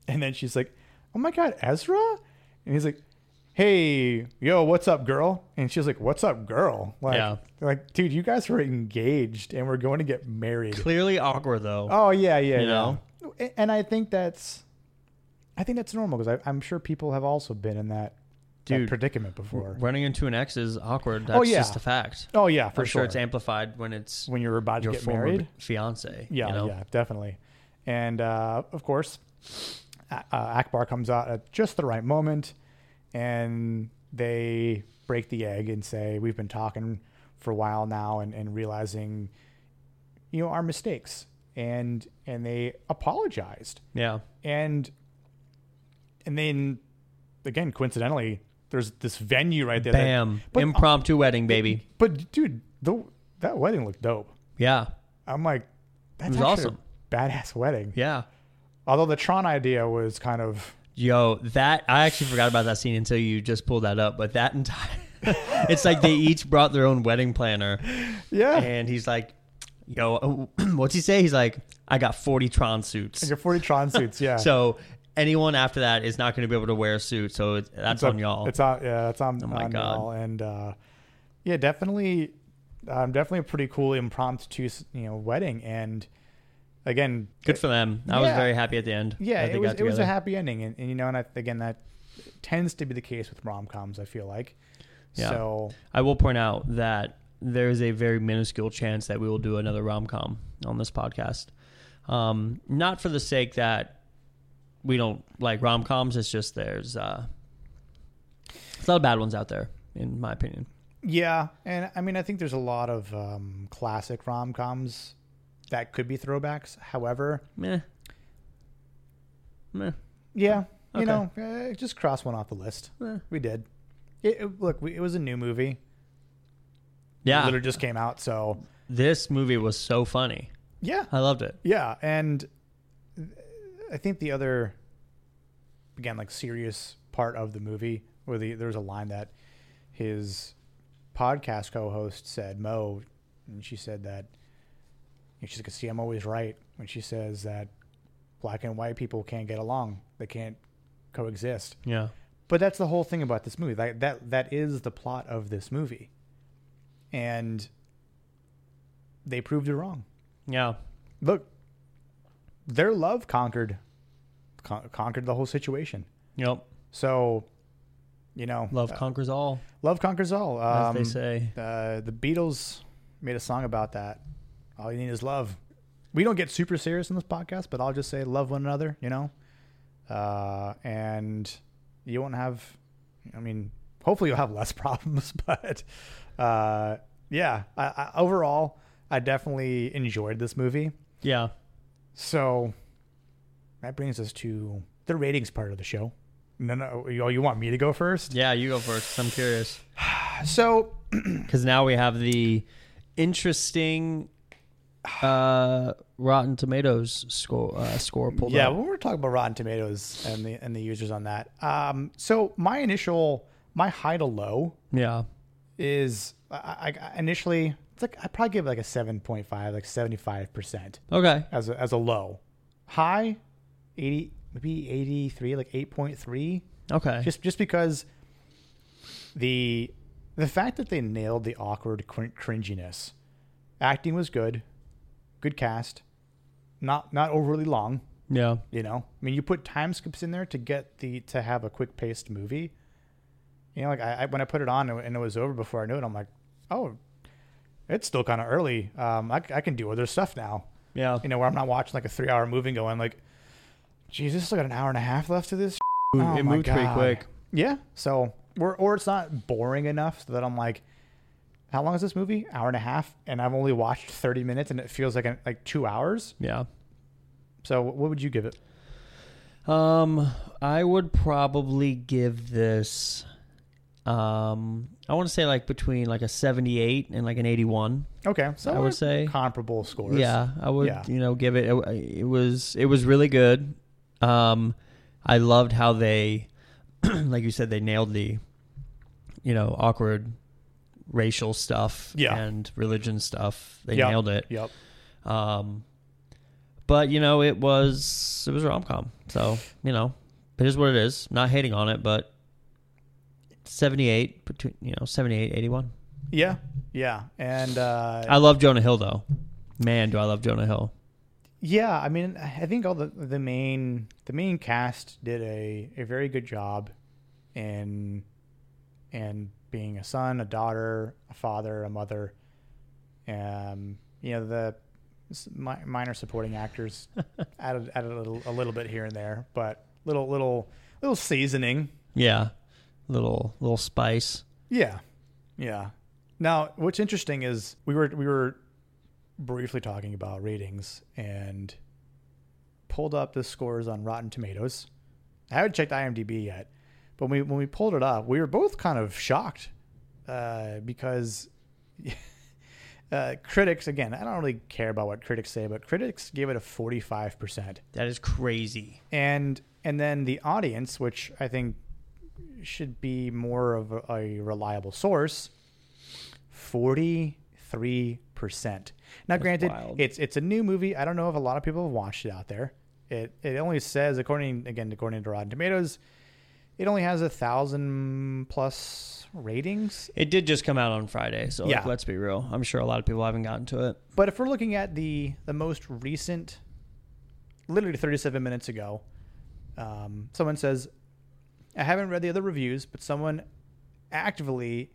And then she's like, "Oh my god, Ezra!" And he's like, "Hey, yo, what's up, girl?" And she's like, "What's up, girl?" Like, Yeah. like, dude, you guys were engaged and we're going to get married. Clearly awkward though. Oh yeah, yeah, yeah. You know? A- And I think that's, I think that's normal because I'm sure people have also been in that, that Dude. predicament before. Running into an ex is awkward. That's Oh, yeah. just a fact. Oh yeah, for I'm sure. sure it's amplified when it's when you're about to your get former married. fiance. Yeah, you know? yeah, definitely. And uh, of course, A- uh, Akbar comes out at just the right moment, and they break the egg and say, "We've been talking for a while now, and, and realizing, you know, our mistakes." And and they apologized, Yeah. and and then again, coincidentally, there's this venue right there. that- Bam. but- uh, Impromptu wedding, baby. but dude, the, that wedding looked dope. Yeah. I'm like, that's was actually awesome. a badass wedding. Yeah. Although the Tron idea was kind of Yo, that I actually forgot about that scene until you just pulled that up. But that entire, it's like they each brought their own wedding planner, yeah. and he's like, "Yo, what's he say?" He's like, "I got forty Tron suits, Your forty Tron suits, yeah. so anyone after that is not going to be able to wear a suit. So it's, it's that's on y'all." Oh It's on yeah, it's on, my on God. y'all. And uh, yeah, definitely um, definitely a pretty cool impromptu you know wedding and again Good for them. I was Yeah. very happy at the end. yeah, that they it was got it was a together. happy ending, and, and you know, and I, again, that tends to be the case with rom coms. I feel like, Yeah. so I will point out that there is a very minuscule chance that we will do another rom com on this podcast. Um, not for the sake that we don't like rom coms. It's just there's uh, there's a lot of bad ones out there, in my opinion. yeah, and I mean, I think there's a lot of um, classic rom coms that could be throwbacks. However, Meh. Meh. Yeah, you Okay. know, uh, just cross one off the list. Eh. We did. It, it- look, we, it was a new movie. It Yeah. literally just came out, so this movie was so funny. Yeah. I loved it. Yeah, and I think the other, again, like serious part of the movie, where the there's a line that his podcast co-host said, Mo, and she said that and she's like, "See, I'm always right when she says that black and white people can't get along, they can't coexist." Yeah. But that's the whole thing about this movie. Like that that is the plot of this movie, and they proved it wrong Yeah. look, their love conquered con- conquered the whole situation. Yep. So, you know, Love uh, conquers all, love conquers all. as Um, they say. Uh, the Beatles made a song about that. All you need is love. We don't get super serious in this podcast, but I'll just say love one another. You know, uh, and you won't have. I mean, hopefully you'll have less problems, but uh, yeah. I, I, overall, I definitely enjoyed this movie. Yeah. So that brings us to the ratings part of the show. No, no, you, oh, you want me to go first? Yeah, you go first. 'cause I'm curious. So Because now we have the interesting uh, Rotten Tomatoes score, uh, score pulled yeah, up. when we're talking about Rotten Tomatoes and the and the users on that, um, so my initial my high to low Yeah. is I, I I- initially it's like I probably give it like a seven point five, like seventy five percent Okay. as a, as a low. High, eighty maybe eighty three, like eight point three. Okay. just just because the the fact that they nailed the awkward cr- cringiness acting was good good cast not not overly long yeah. you know i mean you put time skips in there to get the to have a quick paced movie you know like I, I when i put it on and and it was over before i knew it i'm like oh it's still kind of early um I, c- I can do other stuff now Yeah. you know where i'm not watching like a three hour movie and going like jesus still got an hour and a half left to this Moved- Oh it my moved pretty God. quick. yeah. So or or it's not boring enough so that I'm like, how long is this movie? Hour and a half, and I've only watched thirty minutes, and it feels like an, like two hours. Yeah. So wh- what would you give it? Um, I would probably give this. Um, I want to say like between like a seventy-eight and like an eighty-one. Okay, so I would we're say- comparable scores. Yeah, I would. Yeah. You know, give it. It was. It was really good. Um, I loved how they, like you said, they nailed the, you know, awkward, racial stuff. Yeah. And religion stuff. They Yep. nailed it. Yep. Um, but you know, it was it was a rom com, so you know, it is what it is. Not hating on it, but seventy eight between you know 78, 81. Yeah. Yeah. And uh, I love Jonah Hill though. Man, do I love Jonah Hill? yeah, I mean, I think all the the main the main cast did a a very good job in and being a son, a daughter, a father, a mother. Um, you know the s- mi- minor supporting actors added added a little, a little bit here and there, but little little little seasoning. Yeah, little little spice. Yeah, yeah. Now, what's interesting is we were we were briefly talking about ratings and pulled up the scores on Rotten Tomatoes. I haven't checked IMDb yet, but when we when we pulled it up, we were both kind of shocked uh, because uh, critics again. I don't really care about what critics say, but critics gave it a forty five percent That is crazy. and and then the audience, which I think should be more of a, a reliable source, forty three percent. Now, granted, wild. it's it's a new movie. I don't know if a lot of people have watched it out there. It it only says according again according to Rotten Tomatoes, it only has a thousand plus ratings. It did just come out on Friday, so like, Yeah. let's be real. I'm sure a lot of people haven't gotten to it. But if we're looking at the the most recent, literally 37 minutes ago, um, someone says, "I haven't read the other reviews, but someone actively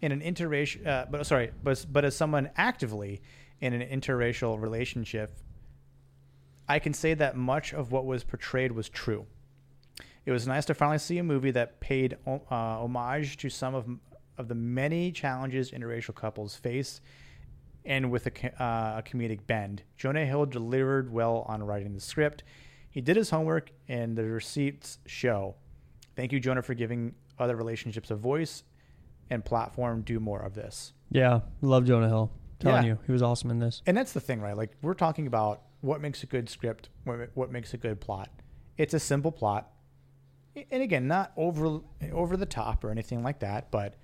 in an interracial, uh, but sorry, but but as someone actively in an interracial relationship, I can say that much of what was portrayed was true." It was nice to finally see a movie that paid uh, homage to some of of the many challenges interracial couples face, and with a, co- uh, a comedic bend. Jonah Hill delivered well on writing the script. He did his homework, and the receipts show. Thank you, Jonah, for giving other relationships a voice and platform. Do more of this. Yeah, love Jonah Hill. Telling Yeah. you, he was awesome in this. And that's the thing, right? Like we're talking about what makes a good script, what ma- what makes a good plot. It's a simple plot, A- and again, not over over the top or anything like that. But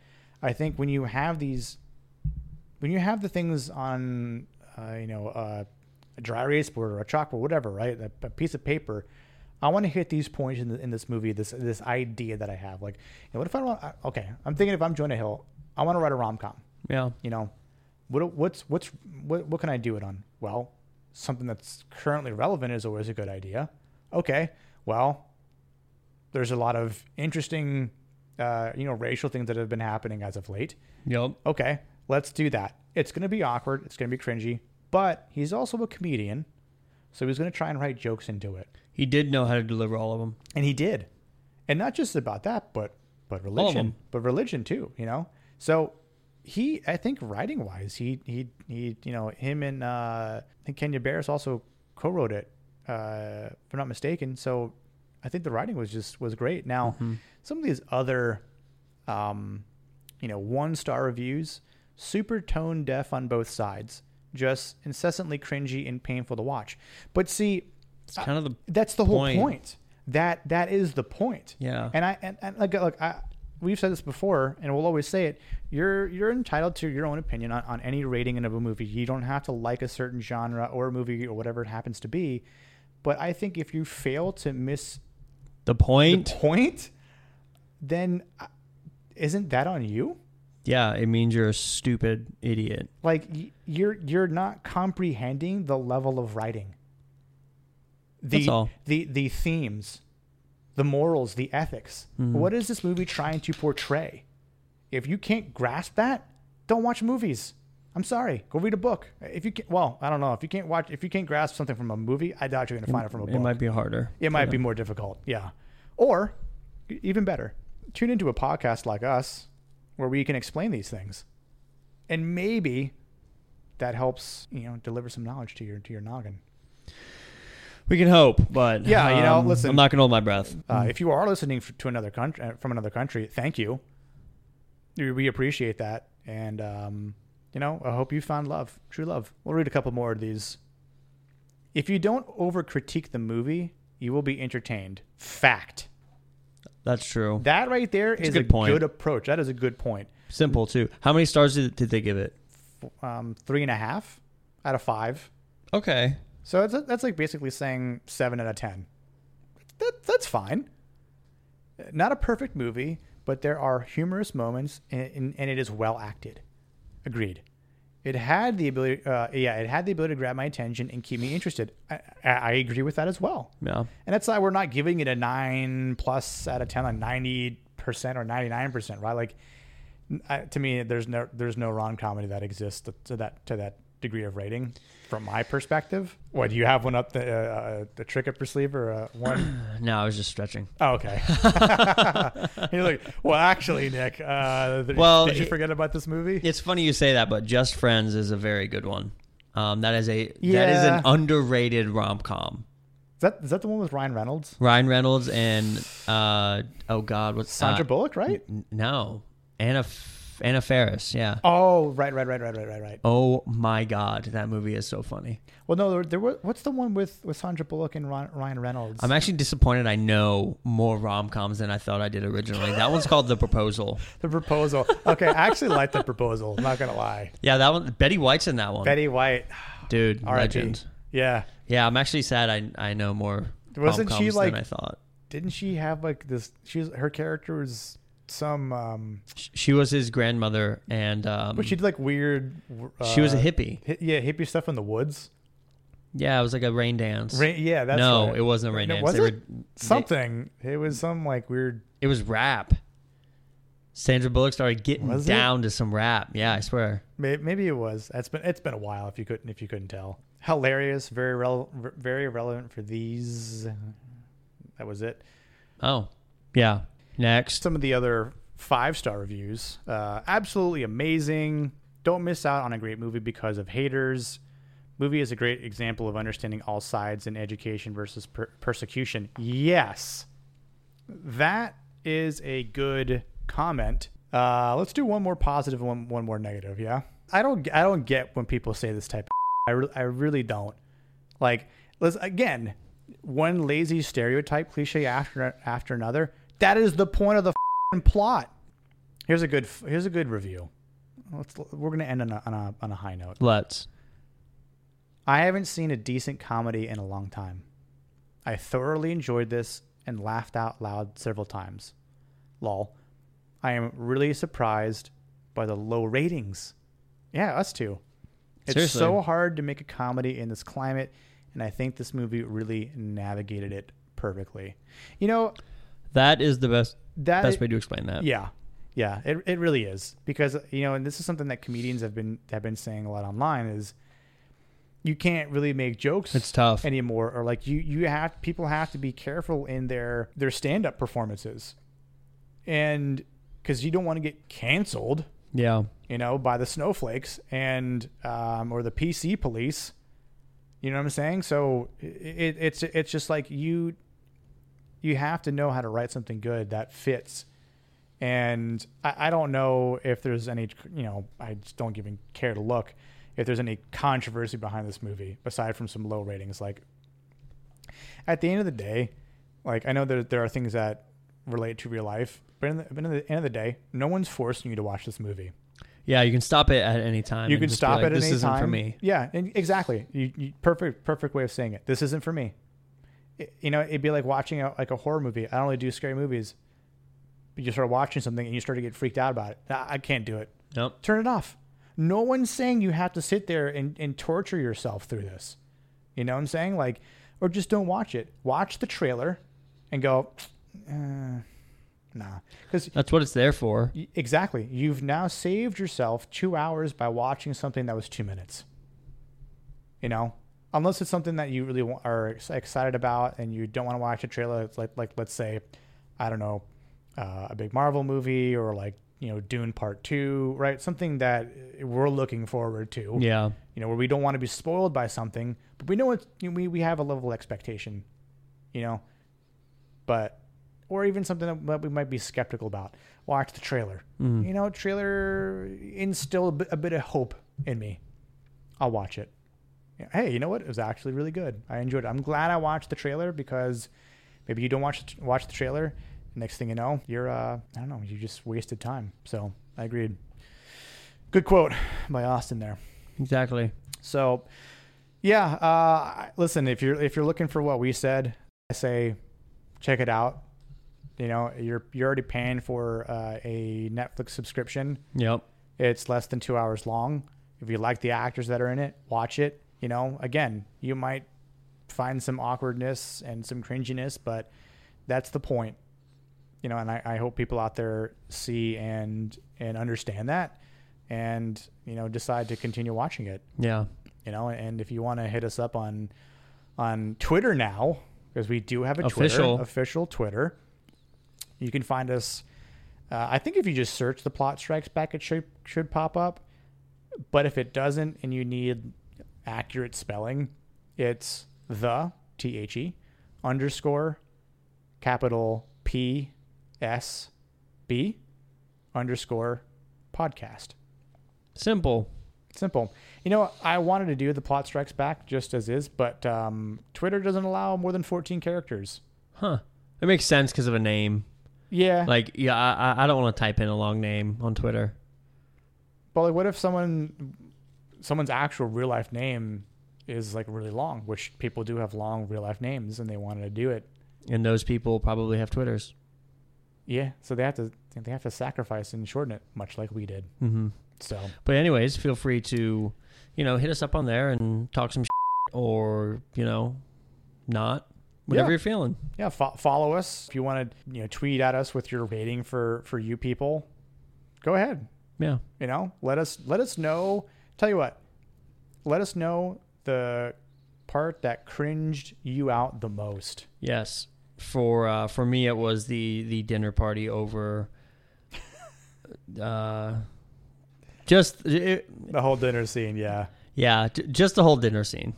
I think when you have these, when you have the things on, uh, you know, uh, a dry erase board or a chalkboard, whatever, right? A, a piece of paper. I want to hit these points in, the, in this movie. This this idea that I have, like, you know, what if I want? Okay, I'm thinking if I'm Jonah Hill, I want to write a rom com Yeah. you know, what what's what's what what can I do it on? Well, something that's currently relevant is always a good idea. Okay, well, there's a lot of interesting, uh, you know, racial things that have been happening as of late. Yep. Okay, let's do that. It's gonna be awkward. It's gonna be cringy, but he's also a comedian, so he's gonna try and write jokes into it, He did know how to deliver all of them. and he did, and not just about that, but but of religion, them. but religion too. You know, so he i think writing wise he he he you know him and uh i think kenya barris also co-wrote it uh if i'm not mistaken so i think the writing was just was great now Mm-hmm. some of these other um you know one star reviews super tone deaf on both sides just incessantly cringy and painful to watch but see It's Uh, kind of the that's the whole Point. point that that is the point yeah. and I and, and like look, I we've said this before, and we'll always say it. You're you're entitled to your own opinion on, on any rating of a movie. You don't have to like a certain genre or a movie or whatever it happens to be. But I think if you fail to miss the The point. point, then uh, isn't that on you? yeah, it means you're a stupid idiot. Like y- you're you're not comprehending the level of writing. The, That's all. the the themes, the morals, the ethics. Mm-hmm. What is this movie trying to portray? If you can't grasp that, don't watch movies. I'm sorry. Go read a book. If you can, well, I don't know. If you can't watch, if you can't grasp something from a movie, I doubt you're going to find it from a book. It might be harder. It might be more difficult. Yeah. Or e- even better, tune into a podcast like us where we can explain these things. And maybe that helps, you know, deliver some knowledge to your to your noggin. We can hope, but um, Yeah, you know, listen. I'm not gonna hold my breath. Uh, if you are listening f- to another country uh, from another country, thank you. We we appreciate that, and um, you know, I hope you found love, true love. We'll read a couple more of these. If you don't over critique the movie, you will be entertained. Fact. That's true. That right there is a a good, good point. approach. That is a good point. Simple too. How many stars did, did they give it? Um, three and a half out of five. Okay. So that's, that's like basically saying seven out of ten. That, that's fine. Not a perfect movie, but there are humorous moments, and, and, and it is well acted. Agreed. It had the ability, uh, yeah, it had the ability to grab my attention and keep me interested. I, I, I agree with that as well. Yeah. And that's why we're not giving it a nine plus out of ten, a ninety percent or ninety nine percent, right? Like, n- I, to me, there's no there's no rom comedy that exists to, to that to that degree of rating, from my perspective. What do you have one up the uh, uh, the trick up your sleeve or uh, one? No, I was just stretching. Oh, okay. You're like, well, actually, Nick. Uh, th- Well, did you it- forget about this movie? It's funny you say that, but Just Friends is a very good one. Um, that is a that is Yeah. an underrated rom com. Is that is that the one with Ryan Reynolds, Ryan Reynolds and uh, oh god, what's Sandra uh, Bullock, right? n- no, Anna F- Anna Faris. Yeah. Oh, right, right, right, right, right, right, right. Oh my god, that movie is so funny. Well, no, there, there was, what's the one with, with Sandra Bullock and Ron, Ryan Reynolds? I'm actually disappointed. I know more rom coms than I thought I did originally. That one's called The Proposal. The proposal. Okay, I actually like the proposal. I'm not gonna lie. Yeah, that one. Betty White's in that one, Betty White, dude. R.I.P. Legend. Yeah, Yeah, I'm actually sad. I I know more. Wasn't she, rom-coms like- Than I thought didn't she have like this? She's her character was some, um, Sh- she was his grandmother, and um, but she did like weird. Uh, she was a hippie. hi- yeah, hippie stuff in the woods. Yeah, it was like a rain dance. Ra- yeah, that's no, right. it wasn't a rain No, dance. was they it? Were, something. It was some like weird. it was rap. Sandra Bullock started getting Was it? down to some rap. Yeah, I swear. may- Maybe it was. It's been it's been a while. If you couldn't if you couldn't tell, hilarious. Very rel- very relevant for these. That was it. Oh, yeah. Next, some of the other five star reviews. Uh, absolutely amazing. Don't miss out on a great movie because of haters. Movie is a great example of understanding all sides in education versus per- persecution. Yes, that is a good comment. Uh, let's do one more positive and one, one more negative. Yeah. I don't I don't get when people say this type. Of I re- I really don't. Like, let's again, one lazy stereotype cliche after after another. That is the point of the fing plot. Here's a good f- here's a good review. Let's we're gonna end on a, on a on a high note. Let's. I haven't seen a decent comedy in a long time. I thoroughly enjoyed this and laughed out loud several times. Lol. I am really surprised by the low ratings. Yeah, us too. It's Seriously. so hard to make a comedy in this climate, and I think this movie really navigated it perfectly. You know, That is the best that best way to explain that. yeah. Yeah, it it really is because you know, and this is something that comedians have been have been saying a lot online is you can't really make jokes It's tough. anymore or like you you have people have to be careful in their their stand-up performances. And cuz you don't want to get canceled, yeah. you know, by the snowflakes and um or the PC police. You know what I'm saying? So i- it, it's it's just like you you have to know how to write something good that fits. And I, I don't know if there's any you know I just don't even care to look if there's any controversy behind this movie aside from some low ratings. Like at the end of the day, like I know there there are things that relate to real life, but in the, but in the end of the day, no one's forcing you to watch this movie Yeah, you can stop it at any time. you and can just be stop like, at this any isn't time. for me. Yeah, and exactly. You, you, perfect, perfect way of saying it. This isn't for me. It- you know, it'd be like watching a, like a horror movie. I don't really do scary movies. But you start watching something and you start to get freaked out about it. Nah, I can't do it. Nope. Turn it off. No one's saying you have to sit there and, and torture yourself through this. You know what I'm saying? Like, or just don't watch it. Watch the trailer and go, uh, nah. Because That's what it's there for. Y- Exactly. You've now saved yourself two hours by watching something that was two minutes. You know, unless it's something that you really wa- are ex- excited about and you don't want to watch a trailer. It's like, like let's say, I don't know, uh, a big Marvel movie or like you know Dune Part Two, right? Something that uh, we're looking forward to. Yeah. You know, where we don't want to be spoiled by something, but we know it's you know, we we have a level of expectation. You know, but or even something that we might be skeptical about. Watch the trailer. You know, trailer instilled a bit, a bit of hope in me. I'll watch it. Yeah, Hey, you know what? It was actually really good. I enjoyed it. I'm glad I watched the trailer because maybe you don't watch watch the trailer. Next thing you know, you're uh, I don't know, you just wasted time. So I agreed. Good quote by Austin there. Exactly. So, yeah, uh, I- listen, if you're if you're looking for what we said, I say check it out. You know, you're you're already paying for uh, a Netflix subscription. Yep. It's less than two hours long. If you like the actors that are in it, watch it. You know, again, you might find some awkwardness and some cringiness, but that's the point. You know, and I, I hope people out there see and and understand that, and you know, decide to continue watching it Yeah. you know and if you want to hit us up on on twitter now because we do have a Official. twitter official twitter you can find us uh, i think if you just search the plot strikes back it should should pop up but if it doesn't and you need accurate spelling it's the t-h-e underscore capital p s b underscore podcast Simple. Simple. You know, I wanted to do the plot strikes back just as is, but um, Twitter doesn't allow more than 14 characters. Huh. It makes sense because of a name. Yeah. Like, yeah, I, I- I don't want to type in a long name on Twitter. but like, what if someone, someone's actual real life name is like really long, which people do have long real life names and they wanted to do it. And those people probably have Twitters. Yeah. So they have to, they have to sacrifice and shorten it much like we did. Mm-hmm. So But anyways, feel free to, you know, hit us up on there and talk some shit or you know, not whatever Yeah. you're feeling. yeah, fo- follow us. If you want to, you know, tweet at us with your rating for, for you people, go ahead. Yeah, you know let us let us know tell you what let us know the part that cringed you out the most yes. For uh, for me, it was the the dinner party over. uh, just it, the whole dinner scene yeah yeah, j- just the whole dinner scene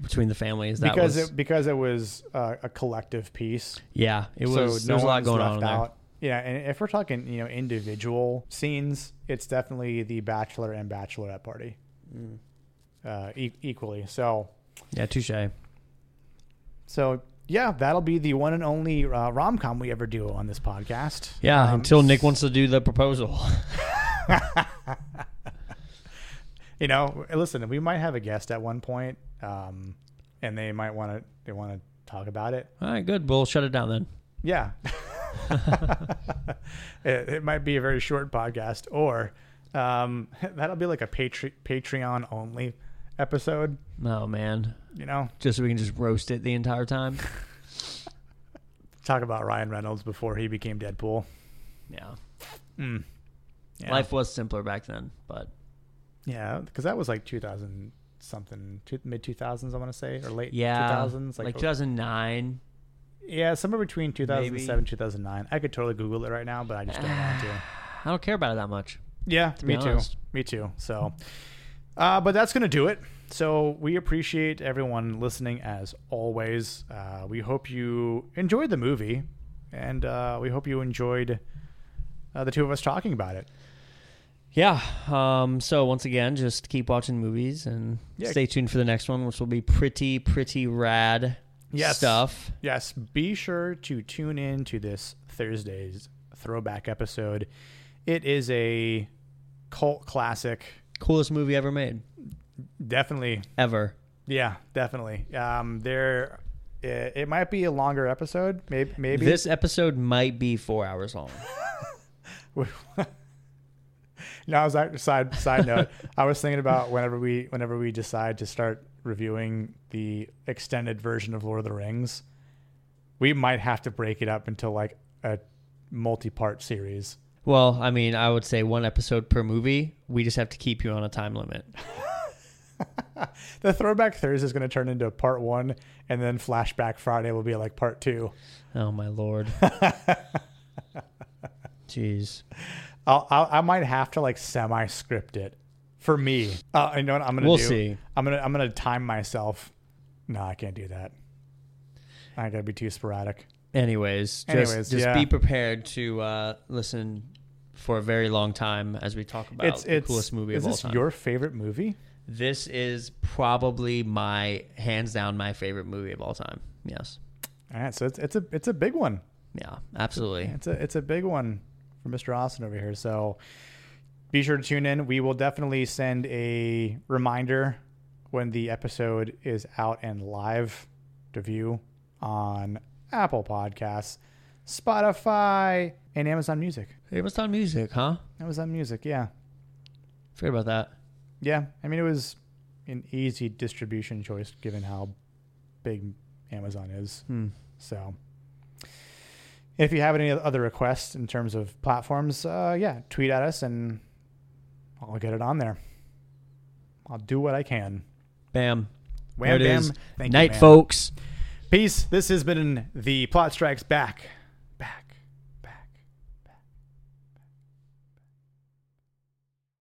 between the families. That because was it because it was uh, a collective piece yeah, it was. so no there's a lot one's going left on in there. out Yeah, and if we're talking, you know, individual scenes, it's definitely the bachelor and bachelorette party, uh, e- equally. So, Yeah, touche. so yeah, that'll be the one and only uh, rom com we ever do on this podcast. Yeah, Um, until Nick wants to do the proposal. you know, listen, we might have a guest at one point, um, and they might want to they want to talk about it. All right, good. We'll shut it down then. Yeah. it, it might be a very short podcast, or um, that'll be like a Patre- Patreon only episode, Oh man, you know? just so we can just roast it the entire time. Talk about Ryan Reynolds before he became Deadpool. Yeah. Hmm. Mm. Yeah. life was simpler back then, but Yeah, because that was like 2000 something, two, mid 2000s, I want to say, or late yeah, 2000s. like 2009. yeah, somewhere between 2007 Maybe. 2009. I could totally Google it right now, but I just don't want to. I don't care about it that much. Yeah, be me too. honest. Me too. So, uh, but that's going to do it. So, we appreciate everyone listening as always. Uh, we hope you enjoyed the movie and uh, we hope you enjoyed uh, the two of us talking about it. Yeah. Um, so once again, just keep watching movies and Yeah. stay tuned for the next one, which will be pretty, pretty rad Yes. stuff. Yes, be sure to tune in to this Thursday's throwback episode. It is a cult classic. Coolest movie ever made, Definitely ever. Yeah, definitely. Um, there, it, it might be a longer episode. Maybe, maybe This episode might be four hours long. No, I was act- side side note. I was thinking about whenever we whenever we decide to start reviewing the extended version of Lord of the Rings, we might have to break it up into like a multi-part series. Well, I mean, I would say one episode per movie. We just have to keep you on a time limit. The Throwback Thursday is going to turn into part one, and then Flashback Friday will be like part two. Oh my lord. Jeez. I'll, I'll, I might have to like semi-script it for me. Uh, I know what I'm gonna We'll do. see. I'm gonna I'm gonna time myself. No, I can't do that. I gotta be too sporadic. Anyways, just, Anyways, just yeah. be prepared to uh, listen for a very long time as we talk about it's the it's coolest movie Is of all this time. your favorite movie? This is probably my hands down my favorite movie of all time. Yes. All right, so it's it's a it's a big one. Yeah, absolutely. It's a it's a big one for Mr. Austin over here. So be sure to tune in. We will definitely send a reminder when the episode is out and live to view on Apple Podcasts, Spotify, and Amazon Music. It was on music, huh? Amazon Music, yeah. Forget about that. Yeah. I mean it was an easy distribution choice given how big Amazon is. Hmm. So, if you have any other requests in terms of platforms, uh, yeah, tweet at us and I'll get it on there. I'll do what I can. Bam. Wham There it bam. is. Thank you, Night, ma'am. folks. Peace. This has been the Plot Strikes Back